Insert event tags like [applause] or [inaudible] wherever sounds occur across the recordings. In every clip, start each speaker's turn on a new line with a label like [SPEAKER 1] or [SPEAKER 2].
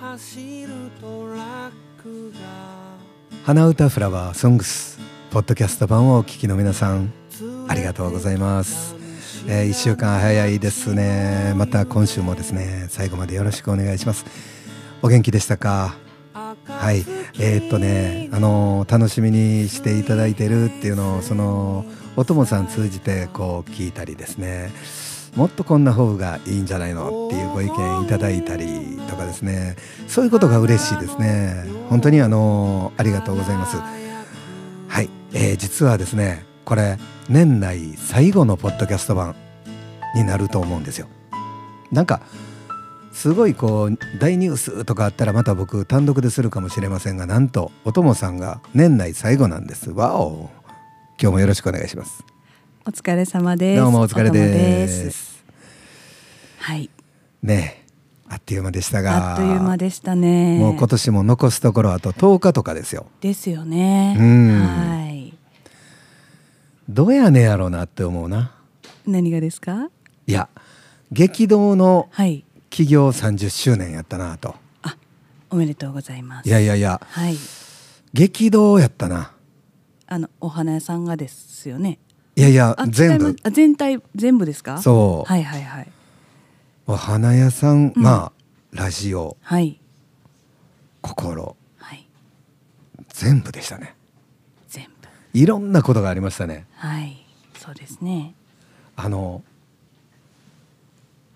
[SPEAKER 1] 走るトラックが
[SPEAKER 2] 花歌フラワーソングスポッドキャスト版をお聞きの皆さんありがとうございます、え1週間早いですねまた今週もですね最後までよろしくお願いしますお元気でしたかはいえーっとねあのー楽しみにしていただいてるっていうのをそのおともさん通じてこう聞いたりですねもっとこんな方がいいんじゃないのっていうご意見いただいたりとかですねそういうことが嬉しいですね本当にあのーありがとうございますはい、えー実はですねこれ年内最後のポッドキャスト版になると思うんですよなんかすごいこう大ニュースとかあったらまた僕単独でするかもしれませんがなんとおともさんが年内最後なんですわお今日もよろしくお願いします
[SPEAKER 3] お疲れ様です。
[SPEAKER 2] どうもお疲れ
[SPEAKER 3] お供
[SPEAKER 2] です
[SPEAKER 3] はい。
[SPEAKER 2] ねえあっという間でしたが
[SPEAKER 3] あっという間でしたね。
[SPEAKER 2] もう今年も残すところあと10日とかですよ
[SPEAKER 3] ですよね。
[SPEAKER 2] うん
[SPEAKER 3] はい。
[SPEAKER 2] どうやねやろうなって思うな
[SPEAKER 3] 何がですか？
[SPEAKER 2] いや激動の
[SPEAKER 3] はい。
[SPEAKER 2] 企業30周年やったなと
[SPEAKER 3] あ、おめでとうございます。
[SPEAKER 2] いやいやいや
[SPEAKER 3] はい。
[SPEAKER 2] 激動やったな
[SPEAKER 3] あのお花屋さんがですよね。
[SPEAKER 2] いやいや
[SPEAKER 3] あ
[SPEAKER 2] 全
[SPEAKER 3] 違い
[SPEAKER 2] 部
[SPEAKER 3] ますあ全体全部ですか？
[SPEAKER 2] そう
[SPEAKER 3] はいはいはい
[SPEAKER 2] お花屋さん、
[SPEAKER 3] うん
[SPEAKER 2] まあラジオ
[SPEAKER 3] はい
[SPEAKER 2] 心
[SPEAKER 3] はい
[SPEAKER 2] 全部でしたね
[SPEAKER 3] 全部
[SPEAKER 2] いろんなことがありましたね
[SPEAKER 3] はいそうですね。
[SPEAKER 2] あの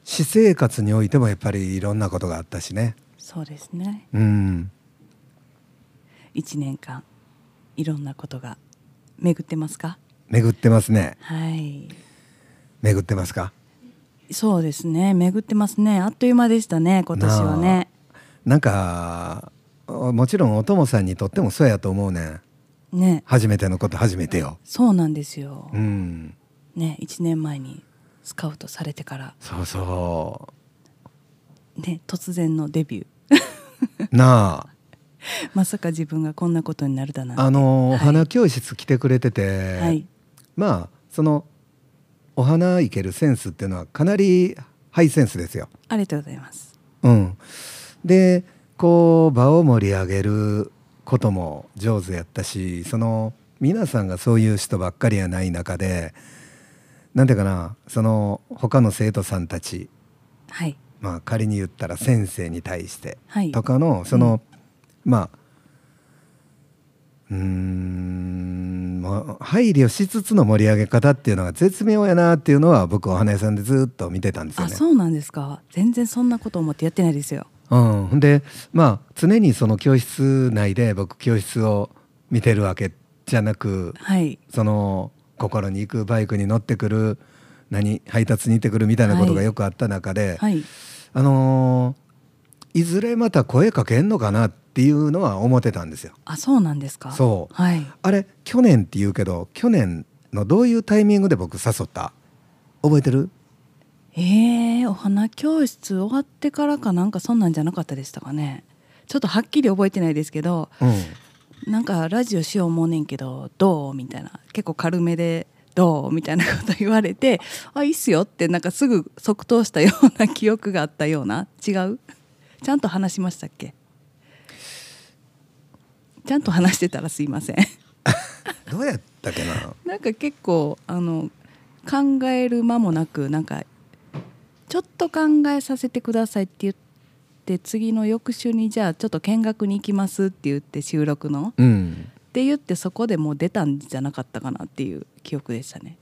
[SPEAKER 2] 私生活においてもやっぱりいろんなことがあったしね
[SPEAKER 3] そうですね。
[SPEAKER 2] うん
[SPEAKER 3] 一年間いろんなことが巡ってますか？
[SPEAKER 2] 巡ってますね
[SPEAKER 3] はい。
[SPEAKER 2] 巡ってますか
[SPEAKER 3] そうですね巡ってますねあっという間でしたね今年はね
[SPEAKER 2] なんかもちろんおともさんにとってもそうやと思うねん
[SPEAKER 3] ね
[SPEAKER 2] 初めてのこと初めてよ
[SPEAKER 3] そうなんですよ、
[SPEAKER 2] うん
[SPEAKER 3] ね1年前にスカウトされてから
[SPEAKER 2] そうそ
[SPEAKER 3] ね突然のデビュー [laughs]
[SPEAKER 2] うなあ
[SPEAKER 3] まさか自分がこんなことになるだなんて
[SPEAKER 2] あの、
[SPEAKER 3] はい
[SPEAKER 2] お花教室来てくれてて、
[SPEAKER 3] はい
[SPEAKER 2] まあそのお花いけるセンスっていうのはかなりハイセンスですよ。
[SPEAKER 3] ありがとうございます
[SPEAKER 2] うん、でこう場を盛り上げることも上手やったしその皆さんがそういう人ばっかりやない中でなんていうかなその他の生徒さんたち、
[SPEAKER 3] はい
[SPEAKER 2] まあ、仮に言ったら先生に対して
[SPEAKER 3] はい
[SPEAKER 2] とかのその、まあうーんもう配慮しつつの盛り上げ方っていうのが絶妙やなっていうのは僕お花屋さんでずっと見てたんですよ
[SPEAKER 3] あ
[SPEAKER 2] ね。
[SPEAKER 3] そうなんですか全然そんなこと思ってやってないですよ
[SPEAKER 2] うん、ほんでまあ常にその教室内で僕教室を見てるわけじゃなく
[SPEAKER 3] はい
[SPEAKER 2] その心に行くバイクに乗ってくる何配達に行ってくるみたいなことが
[SPEAKER 3] はい
[SPEAKER 2] よくあった中で、
[SPEAKER 3] はい
[SPEAKER 2] あのーいずれまた声かけんのかなっていうのは思ってたんですよ。
[SPEAKER 3] あそうなんですか
[SPEAKER 2] そう
[SPEAKER 3] はい
[SPEAKER 2] あれ去年って言うけど去年のどういうタイミングで僕誘った覚えてる
[SPEAKER 3] えー、お花教室終わってからかなんかそんなんじゃなかったでしたかねちょっとはっきり覚えてないですけど
[SPEAKER 2] うん
[SPEAKER 3] なんかラジオしよう思うねんけどどうみたいな結構軽めでどうみたいなこと言われて [laughs] あいいっすよってなんかすぐ即答したような記憶があったような違うちゃんと話しましたっけちゃんと話してたらすいません [laughs]
[SPEAKER 2] どうやったっけな
[SPEAKER 3] なんか結構あの考える間もなくなんかちょっと考えさせてくださいって言って次の翌週にじゃあちょっと見学に行きますって言って収録の
[SPEAKER 2] うん
[SPEAKER 3] って言ってそこでもう出たんじゃなかったかなっていう記憶でしたね。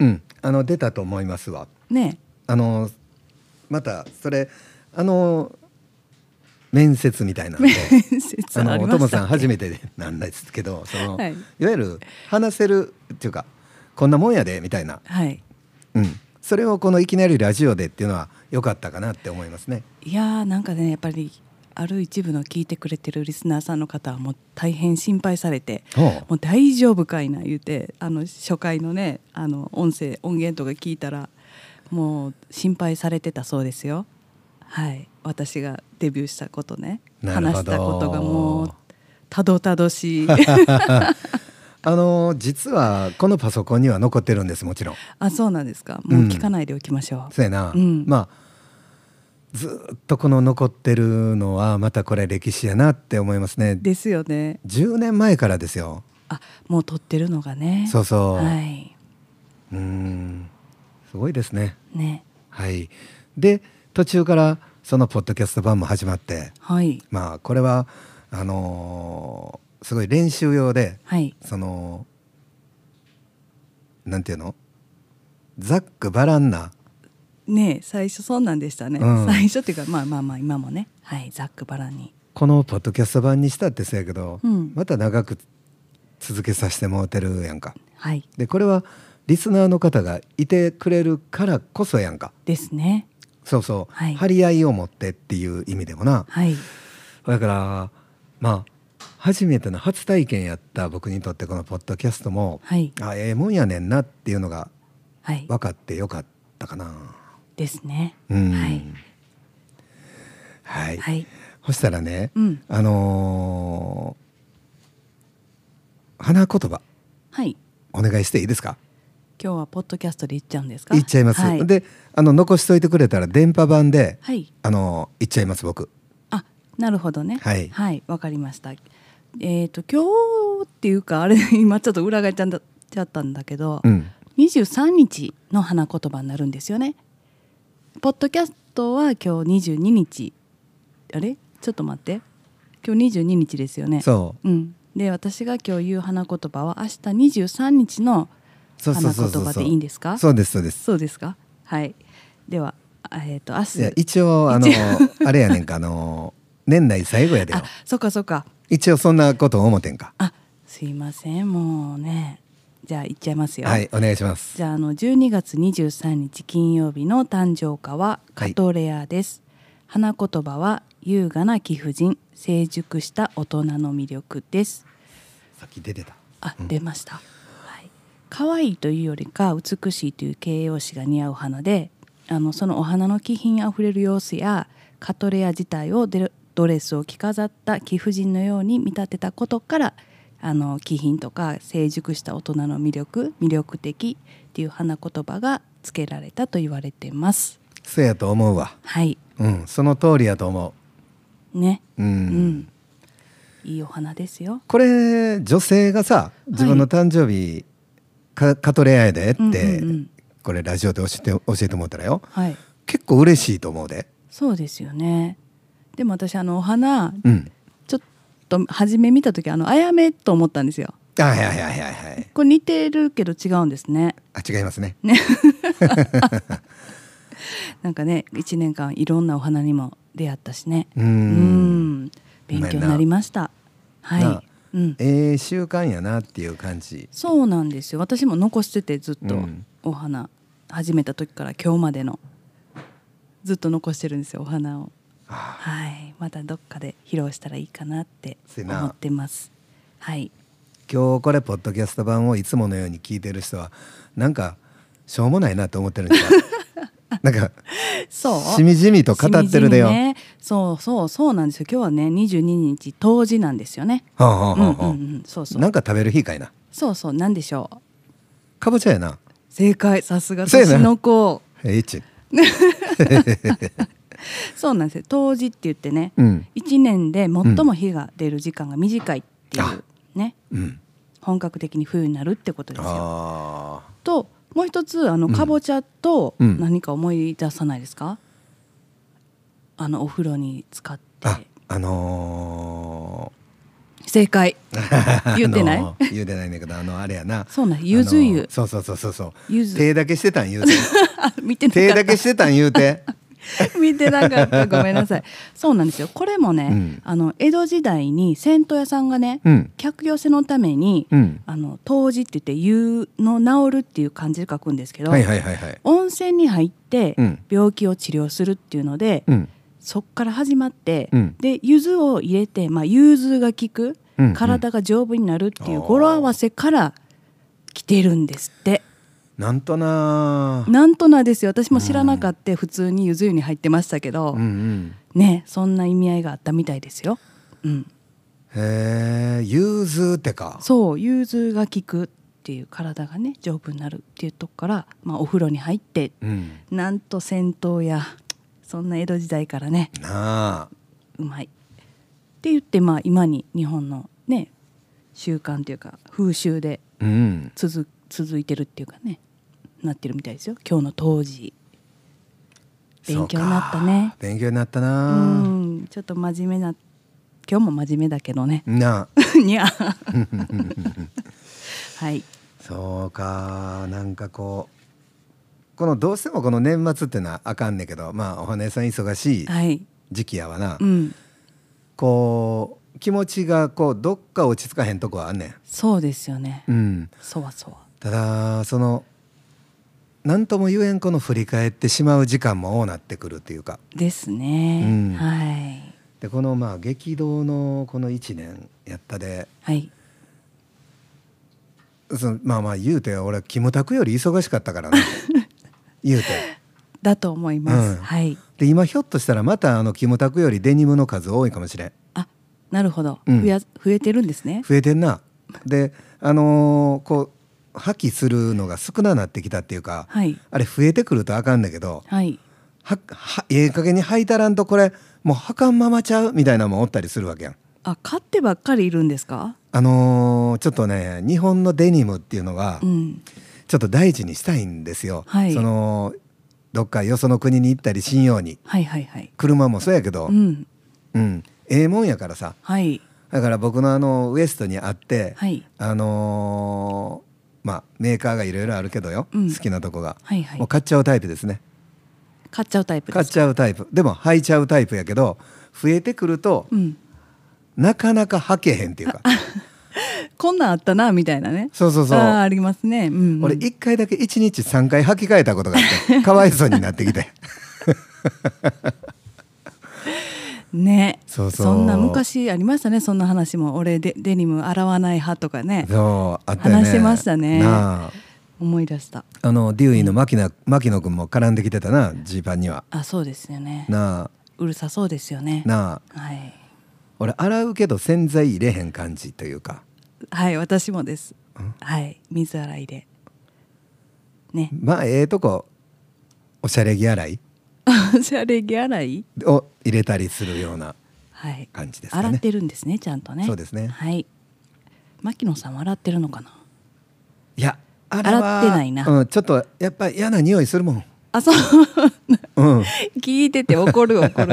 [SPEAKER 2] うんあの出たと思いますわ
[SPEAKER 3] ね
[SPEAKER 2] あのまたそれあの面接みたいなんで
[SPEAKER 3] え [laughs] 面接
[SPEAKER 2] あ
[SPEAKER 3] あ
[SPEAKER 2] の
[SPEAKER 3] り
[SPEAKER 2] お
[SPEAKER 3] ま
[SPEAKER 2] 友
[SPEAKER 3] し
[SPEAKER 2] さん
[SPEAKER 3] た
[SPEAKER 2] 初めてなんですけどその、
[SPEAKER 3] はいい、
[SPEAKER 2] わゆる話せるっていうかこんなもんやでみたいな、
[SPEAKER 3] はい
[SPEAKER 2] うん、それをこのいきなりラジオでっていうのは良かったかなって思いますね。
[SPEAKER 3] いやーなんかねやっぱりある一部の聞いてくれてるリスナーさんの方はもう大変心配されて
[SPEAKER 2] ほう
[SPEAKER 3] もう大丈夫かいな言うてあの初回のねあの音声音源とか聞いたらもう心配されてたそうですよはい私がデビューしたことね
[SPEAKER 2] なる
[SPEAKER 3] 話
[SPEAKER 2] ほ
[SPEAKER 3] し
[SPEAKER 2] ど
[SPEAKER 3] たことがもうたどた
[SPEAKER 2] [laughs]
[SPEAKER 3] どしい
[SPEAKER 2] あの実はこのパソコンには残ってるんですもちろん。 [laughs]
[SPEAKER 3] あそうなんですかもう聞かないでおきましょう、
[SPEAKER 2] そうやな、
[SPEAKER 3] うん
[SPEAKER 2] まあずっとこの残ってるのはまたこれ歴史やなって思いますね
[SPEAKER 3] ですよね
[SPEAKER 2] 10年前からですよ
[SPEAKER 3] あもう撮ってるのがね
[SPEAKER 2] そうそう、
[SPEAKER 3] はい
[SPEAKER 2] うんすごいですね
[SPEAKER 3] ね
[SPEAKER 2] はいで途中からそのポッドキャスト版も始まって
[SPEAKER 3] はい
[SPEAKER 2] まあこれはあのーすごい練習用で
[SPEAKER 3] はい
[SPEAKER 2] そのなんていうのざっくばらんな
[SPEAKER 3] ね最初そんなんでしたね、
[SPEAKER 2] うん
[SPEAKER 3] 最初っていうかまあまあまあ今もねはいざっくばらんに
[SPEAKER 2] このポッドキャスト版にしたってそうやけど、
[SPEAKER 3] うん
[SPEAKER 2] また長く続けさせてもうてるやんか。
[SPEAKER 3] はい
[SPEAKER 2] でこれはリスナーの方がいてくれるからこそやんか
[SPEAKER 3] ですね
[SPEAKER 2] そうそう、
[SPEAKER 3] はい
[SPEAKER 2] 張り合いを持ってっていう意味でもな
[SPEAKER 3] はい
[SPEAKER 2] だからまあ初めての初体験やった僕にとってこのポッドキャストも、
[SPEAKER 3] はい
[SPEAKER 2] あええもんやねんなっていうのが
[SPEAKER 3] はい
[SPEAKER 2] 分かってよかったかな。
[SPEAKER 3] ですね
[SPEAKER 2] うん
[SPEAKER 3] はい
[SPEAKER 2] はい
[SPEAKER 3] はい
[SPEAKER 2] そしたらね、
[SPEAKER 3] うん
[SPEAKER 2] あのー花言葉
[SPEAKER 3] はい
[SPEAKER 2] お願いしていいですか
[SPEAKER 3] 今日はポッドキャストで言っちゃうんですか
[SPEAKER 2] 言っちゃいます、
[SPEAKER 3] はい、
[SPEAKER 2] であの残しといてくれたら電波版で、
[SPEAKER 3] はい
[SPEAKER 2] あの言っちゃいます僕
[SPEAKER 3] あなるほどね
[SPEAKER 2] はい
[SPEAKER 3] はい、わかりましたえっ、と今日っていうかあれ今ちょっと裏返っちゃんだちゃったんだけど、
[SPEAKER 2] うん
[SPEAKER 3] 23日の花言葉になるんですよねポッドキャストは今日22日あれちょっと待って今日22日ですよねう、
[SPEAKER 2] そう
[SPEAKER 3] うん、で私が今日言う花言葉は明日23日の
[SPEAKER 2] そうそうそうそう
[SPEAKER 3] 花言葉でいいんですか
[SPEAKER 2] そうですそうです
[SPEAKER 3] そうですかはいではあえっ、と明日
[SPEAKER 2] いや一応あのあれやねんかあ
[SPEAKER 3] [laughs]
[SPEAKER 2] の年内最後やでよ
[SPEAKER 3] あそっかそっか
[SPEAKER 2] 一応そんなこと思てんか
[SPEAKER 3] あすいませんもうねじゃあ行っちゃいますよ
[SPEAKER 2] はいお願いします
[SPEAKER 3] じゃああの12月23日金曜日の誕生花は
[SPEAKER 2] は
[SPEAKER 3] カ
[SPEAKER 2] い
[SPEAKER 3] トレアです、花言葉は優雅な貴婦人成熟した大人の魅力です
[SPEAKER 2] さっき出てた
[SPEAKER 3] あ、出ました。はい。可愛いというよりか美しいという形容詞が似合う花で、あのそのお花の気品あふれる様子やカトレア自体をデレドレスを着飾った貴婦人のように見立てたことから、あの気品とか成熟した大人の魅力、魅力的っていう花言葉が付けられたと言われてます。
[SPEAKER 2] そうやと思うわ
[SPEAKER 3] はい。
[SPEAKER 2] うんその通りやと思
[SPEAKER 3] ね。
[SPEAKER 2] ううん、
[SPEAKER 3] うん。いいお花ですよ。
[SPEAKER 2] これ女性がさ自分の誕生日、かカトレアやでって、
[SPEAKER 3] うんうんうん
[SPEAKER 2] これラジオで教えて教えてもらったらよ
[SPEAKER 3] はい。
[SPEAKER 2] 結構嬉しいと思うで
[SPEAKER 3] そうですよね。でも私あのお花
[SPEAKER 2] うん
[SPEAKER 3] ちょっと初め見た時あのあやめと思ったんですよ
[SPEAKER 2] あはいはいはいはいはい
[SPEAKER 3] これ似てるけど違うんですね
[SPEAKER 2] あ違いますね
[SPEAKER 3] なんかね1年間いろんなお花にも出会ったしね
[SPEAKER 2] うー
[SPEAKER 3] うんん勉強になりました
[SPEAKER 2] な
[SPEAKER 3] はい、うん、
[SPEAKER 2] ええ習慣やなっていう感じ
[SPEAKER 3] そうなんですよ私も残しててずっ
[SPEAKER 2] う
[SPEAKER 3] と
[SPEAKER 2] ん
[SPEAKER 3] お花、始めた時から今日までのずっと残してるんですよお花を
[SPEAKER 2] あ
[SPEAKER 3] はいまたどっかで披露したらいいかなって
[SPEAKER 2] せやな
[SPEAKER 3] 思ってますはい
[SPEAKER 2] 今日これポッドキャスト版をいつものように聞いてる人はなんかしょうもないなと思ってるんじ
[SPEAKER 3] [laughs]
[SPEAKER 2] ゃんなんか
[SPEAKER 3] そう
[SPEAKER 2] しみじみと語ってるでよ、
[SPEAKER 3] しみじみねそうそうそうなんですよ。今日はね、22日冬至なんですよね。
[SPEAKER 2] はあはあ
[SPEAKER 3] うん
[SPEAKER 2] は
[SPEAKER 3] う
[SPEAKER 2] あは
[SPEAKER 3] んうん、そう
[SPEAKER 2] あ
[SPEAKER 3] そ
[SPEAKER 2] な
[SPEAKER 3] う。
[SPEAKER 2] んか食べる日かいな
[SPEAKER 3] そうそう、なんでしょう。
[SPEAKER 2] かぼちゃやな
[SPEAKER 3] 正解、さすが
[SPEAKER 2] そうやな
[SPEAKER 3] 年の子。
[SPEAKER 2] えいち
[SPEAKER 3] そうなんですよ。冬至って言ってね、
[SPEAKER 2] うん
[SPEAKER 3] 一年で最も日が出る時間が短いってい
[SPEAKER 2] あ
[SPEAKER 3] うね、
[SPEAKER 2] うん
[SPEAKER 3] 本格的に冬になるってことですよ。
[SPEAKER 2] ああ
[SPEAKER 3] と、もう一つあのかぼちゃと
[SPEAKER 2] うん
[SPEAKER 3] 何か思い出さないですか？あのお風呂に使って。
[SPEAKER 2] ああの
[SPEAKER 3] 正解。
[SPEAKER 2] ー、
[SPEAKER 3] [laughs] 言うてない
[SPEAKER 2] あのー言うてないねんだけどあのあれやな
[SPEAKER 3] そうなんゆず湯
[SPEAKER 2] あのーそうそうそうそうそう
[SPEAKER 3] ゆず
[SPEAKER 2] 手だけしてたん
[SPEAKER 3] [laughs]
[SPEAKER 2] 言うて
[SPEAKER 3] あ見てなかった
[SPEAKER 2] 手だけしてたん言うて
[SPEAKER 3] 見てなかったごめんなさいそうなんですよこれもね、
[SPEAKER 2] うん
[SPEAKER 3] あの江戸時代に銭湯屋さんがね、
[SPEAKER 2] うん
[SPEAKER 3] 客寄せのために、
[SPEAKER 2] うん
[SPEAKER 3] あの湯治って言って湯の治るっていう漢字で書くんですけ [laughs] ど、
[SPEAKER 2] はいはいはいはい
[SPEAKER 3] 温泉に入って
[SPEAKER 2] うん
[SPEAKER 3] 病気を治療するっていうので、
[SPEAKER 2] うん
[SPEAKER 3] そっから始まって、
[SPEAKER 2] うん
[SPEAKER 3] で柚子を入れて、まあ、融通が効く、
[SPEAKER 2] うんうん
[SPEAKER 3] 体が丈夫になるってい
[SPEAKER 2] あ
[SPEAKER 3] う
[SPEAKER 2] ー
[SPEAKER 3] 語呂合わせから来てるんですって。
[SPEAKER 2] なんとなー
[SPEAKER 3] なんとなんですよ私も知らなかった、普通にゆず湯に入ってましたけど、
[SPEAKER 2] うんうん
[SPEAKER 3] ねそんな意味合いがあったみたいですよ。うん、
[SPEAKER 2] へえ融通ってか
[SPEAKER 3] そう融通が効くっていう体がね丈夫になるっていうとこから、まあ、お風呂に入って
[SPEAKER 2] うん
[SPEAKER 3] なんと銭湯やそんな江戸時代からね
[SPEAKER 2] なあ
[SPEAKER 3] うまいって言ってまあ今に日本のね習慣というか風習で
[SPEAKER 2] うん
[SPEAKER 3] 続続いてるっていうかねなってるみたいですよ今日の当時勉強になった
[SPEAKER 2] そう
[SPEAKER 3] ね
[SPEAKER 2] か勉強になった
[SPEAKER 3] う
[SPEAKER 2] な、
[SPEAKER 3] んちょっと真面目な今日も真面目だけどね
[SPEAKER 2] なあ
[SPEAKER 3] にゃ
[SPEAKER 2] [laughs]
[SPEAKER 3] はい
[SPEAKER 2] そうかなんかこうこのどうしてもこの年末っていうのはあかんねんけどまあお花屋さん忙しい
[SPEAKER 3] はい
[SPEAKER 2] 時期やわな、
[SPEAKER 3] うん
[SPEAKER 2] こう気持ちがこうどっか落ち着かへんとこはあんねん。
[SPEAKER 3] そうですよね
[SPEAKER 2] うん、
[SPEAKER 3] そわそわ
[SPEAKER 2] ただその何とも言えんこの振り返ってしまう時間も多なってくるっていうか
[SPEAKER 3] ですね、
[SPEAKER 2] うん
[SPEAKER 3] はい
[SPEAKER 2] でこのまあ激動のこの1年やったで
[SPEAKER 3] はい
[SPEAKER 2] そのまあまあ言うて俺キムタクより忙しかった
[SPEAKER 3] [laughs]
[SPEAKER 2] からね言うて
[SPEAKER 3] だと思います、
[SPEAKER 2] うん
[SPEAKER 3] はい
[SPEAKER 2] で今ひょっとしたらまたあのキムタクよりデニムの数多いかもしれん
[SPEAKER 3] あなるほど、
[SPEAKER 2] うん
[SPEAKER 3] 増や増えてるんですね
[SPEAKER 2] 増えてんなであのーこう破棄するのが少ななってきたっていうか、
[SPEAKER 3] はい
[SPEAKER 2] あれ増えてくるとあかんだけど
[SPEAKER 3] はい
[SPEAKER 2] ははええ加減に履いたらんとこれもう履かんままちゃうみたいなのもおったりするわけやん。
[SPEAKER 3] あ勝ってばっかりいるんですか
[SPEAKER 2] あのーちょっとね日本のデニムっていうのは
[SPEAKER 3] うん
[SPEAKER 2] ちょっと大事にしたいんですよ。
[SPEAKER 3] はい
[SPEAKER 2] そのどっかよその国に行ったりしんように
[SPEAKER 3] はいはいはい
[SPEAKER 2] 車もそうやけど、
[SPEAKER 3] う
[SPEAKER 2] うん
[SPEAKER 3] ん
[SPEAKER 2] ええもんやからさ
[SPEAKER 3] はい
[SPEAKER 2] だから僕のあのウエストにあって、
[SPEAKER 3] はい
[SPEAKER 2] あのーまあメーカーがいろいろあるけどよ、
[SPEAKER 3] うん
[SPEAKER 2] 好きなとこが、
[SPEAKER 3] はいはい
[SPEAKER 2] もう買っちゃうタイプですね
[SPEAKER 3] 買っちゃうタイプ
[SPEAKER 2] 買
[SPEAKER 3] で
[SPEAKER 2] っ
[SPEAKER 3] す
[SPEAKER 2] ちゃうタイプでも履いちゃうタイプやけど増えてくると、
[SPEAKER 3] うん
[SPEAKER 2] なかなか履けへんっていうか
[SPEAKER 3] こんなんあったなみたいなね
[SPEAKER 2] そうそうそう
[SPEAKER 3] あーありますねうんうん
[SPEAKER 2] 俺1回だけ1日3回履き替えたことがあってかわいそうになってきて
[SPEAKER 3] ね
[SPEAKER 2] そうそうん
[SPEAKER 3] な昔ありましたねそんな話も俺デデニム洗わない派とかね
[SPEAKER 2] そうあったよね
[SPEAKER 3] 話してましたね
[SPEAKER 2] なあ
[SPEAKER 3] 思い出した
[SPEAKER 2] あのデューイの牧野牧野君も絡んできてたなジーパンには
[SPEAKER 3] あそうですよね
[SPEAKER 2] な
[SPEAKER 3] うるさそうですよね
[SPEAKER 2] あなあ
[SPEAKER 3] はい
[SPEAKER 2] 俺洗うけど洗剤入れへん感じというか
[SPEAKER 3] はい私もですはい水洗いでね
[SPEAKER 2] まあええとこおしゃれ着洗い
[SPEAKER 3] おしゃれ着洗い
[SPEAKER 2] を入れたりするような
[SPEAKER 3] はい
[SPEAKER 2] 感じですかね
[SPEAKER 3] 洗ってるんですねちゃんとね
[SPEAKER 2] そうですね
[SPEAKER 3] はい牧野さんは洗ってるのかない
[SPEAKER 2] やあれは
[SPEAKER 3] 洗ってないな
[SPEAKER 2] うん、ちょっとやっぱり嫌な匂いするもん
[SPEAKER 3] あそう
[SPEAKER 2] うん
[SPEAKER 3] [laughs] 聞いてて怒
[SPEAKER 2] [laughs]
[SPEAKER 3] る怒る、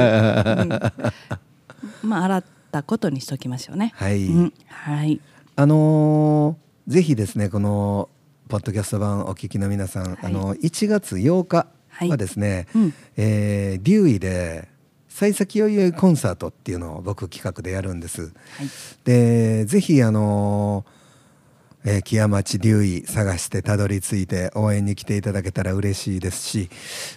[SPEAKER 3] うんまあ洗ったことにしときましょうね
[SPEAKER 2] はい
[SPEAKER 3] うんはい
[SPEAKER 2] あのーぜひですねこのポッドキャスト版お聞きの皆さん、
[SPEAKER 3] はい
[SPEAKER 2] あの1月8日
[SPEAKER 3] はい
[SPEAKER 2] はですね、
[SPEAKER 3] うん
[SPEAKER 2] えー、デューイで幸先よいよいコンサートっていうのを僕企画でやるんです。
[SPEAKER 3] はい
[SPEAKER 2] でぜひあのーえー木屋町デューイ探してたどり着いて応援に来ていただけたら嬉しいですし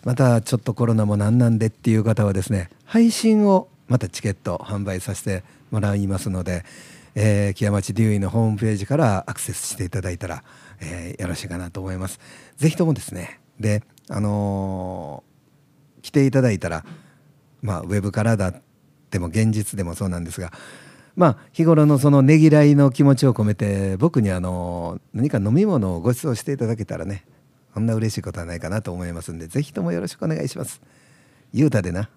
[SPEAKER 2] またちょっとコロナもなんなんでっていう方はですね配信をまたチケット販売させてもらいますので、えー木屋町デューイのホームページからアクセスしていただいたら、えーよろしいかなと思います。ぜひともですねであのー来ていただいたら、まあ、ウェブからだっても現実でもそうなんですが、まあ、日頃のそのねぎらいの気持ちを込めて僕にあの何か飲み物をご馳走していただけたらねあんな嬉しいことはないかなと思いますんでぜひともよろしくお願いします。ゆうたでな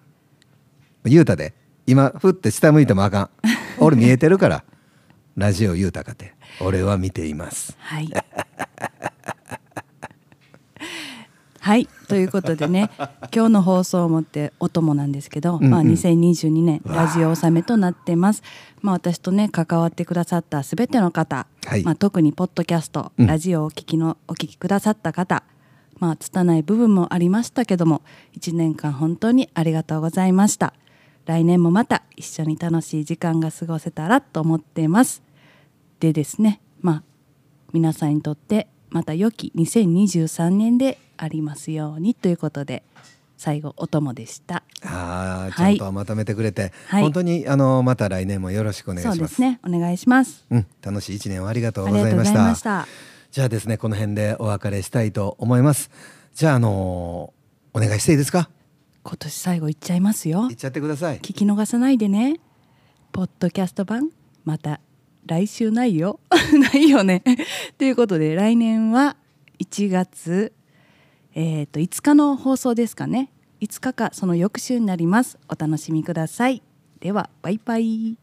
[SPEAKER 2] ゆうたで今ふって下向いてもあかん俺見えてるからラジオゆうたかて俺は見ています。
[SPEAKER 3] はい。 [laughs] はいということでね今日の放送をもってお供なんですけど、
[SPEAKER 2] うんうん
[SPEAKER 3] まあ、2022年
[SPEAKER 2] わあ
[SPEAKER 3] ラジオ納めとなってます、まあ、私とね関わってくださった全ての方、
[SPEAKER 2] はい
[SPEAKER 3] まあ、特にポッドキャスト、
[SPEAKER 2] うん
[SPEAKER 3] ラジオをお聞きのお聞きくださった方まあ拙い部分もありましたけども1年間本当にありがとうございました来年もまた一緒に楽しい時間が過ごせたらと思っていますでですねまあ皆さんにとってまた良き2023年でありますようにということで最後お供でした
[SPEAKER 2] あーち
[SPEAKER 3] は
[SPEAKER 2] ゃ
[SPEAKER 3] い
[SPEAKER 2] んとまとめてくれて、
[SPEAKER 3] はい
[SPEAKER 2] 本当にあのまた来年もよろしくお願いし
[SPEAKER 3] そ
[SPEAKER 2] ま
[SPEAKER 3] う
[SPEAKER 2] す。
[SPEAKER 3] ですねお願いします
[SPEAKER 2] うん、楽しい一年をありがとう
[SPEAKER 3] あ
[SPEAKER 2] ご
[SPEAKER 3] り
[SPEAKER 2] ざい
[SPEAKER 3] がとう
[SPEAKER 2] ま
[SPEAKER 3] ござ
[SPEAKER 2] し
[SPEAKER 3] い
[SPEAKER 2] た。
[SPEAKER 3] ました
[SPEAKER 2] じゃあですね、この辺でお別れしたいと思います。じゃあ、あのーお願いしていいですか。
[SPEAKER 3] 今年最後いっちゃいますよ
[SPEAKER 2] いっちゃってください。
[SPEAKER 3] 聞き逃さないでねポッドキャスト版また来週ないよ [laughs] ないよね [laughs] ということで来年は1月、えー、と5日の放送ですかね5日かその翌週になりますお楽しみくださいではバイバイ